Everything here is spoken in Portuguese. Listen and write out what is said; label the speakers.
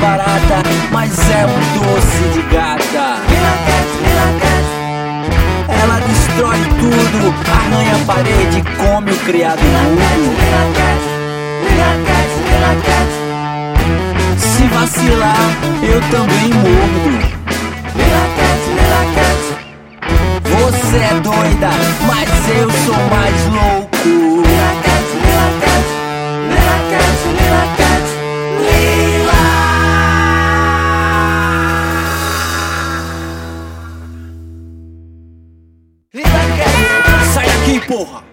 Speaker 1: barata, mas é um doce de gata. Ela destrói tudo, arranha a parede, come o criado mudo. Se vacilar, eu também mordo. Você é doida, mas eu sou mais louco. Sai daqui, porra!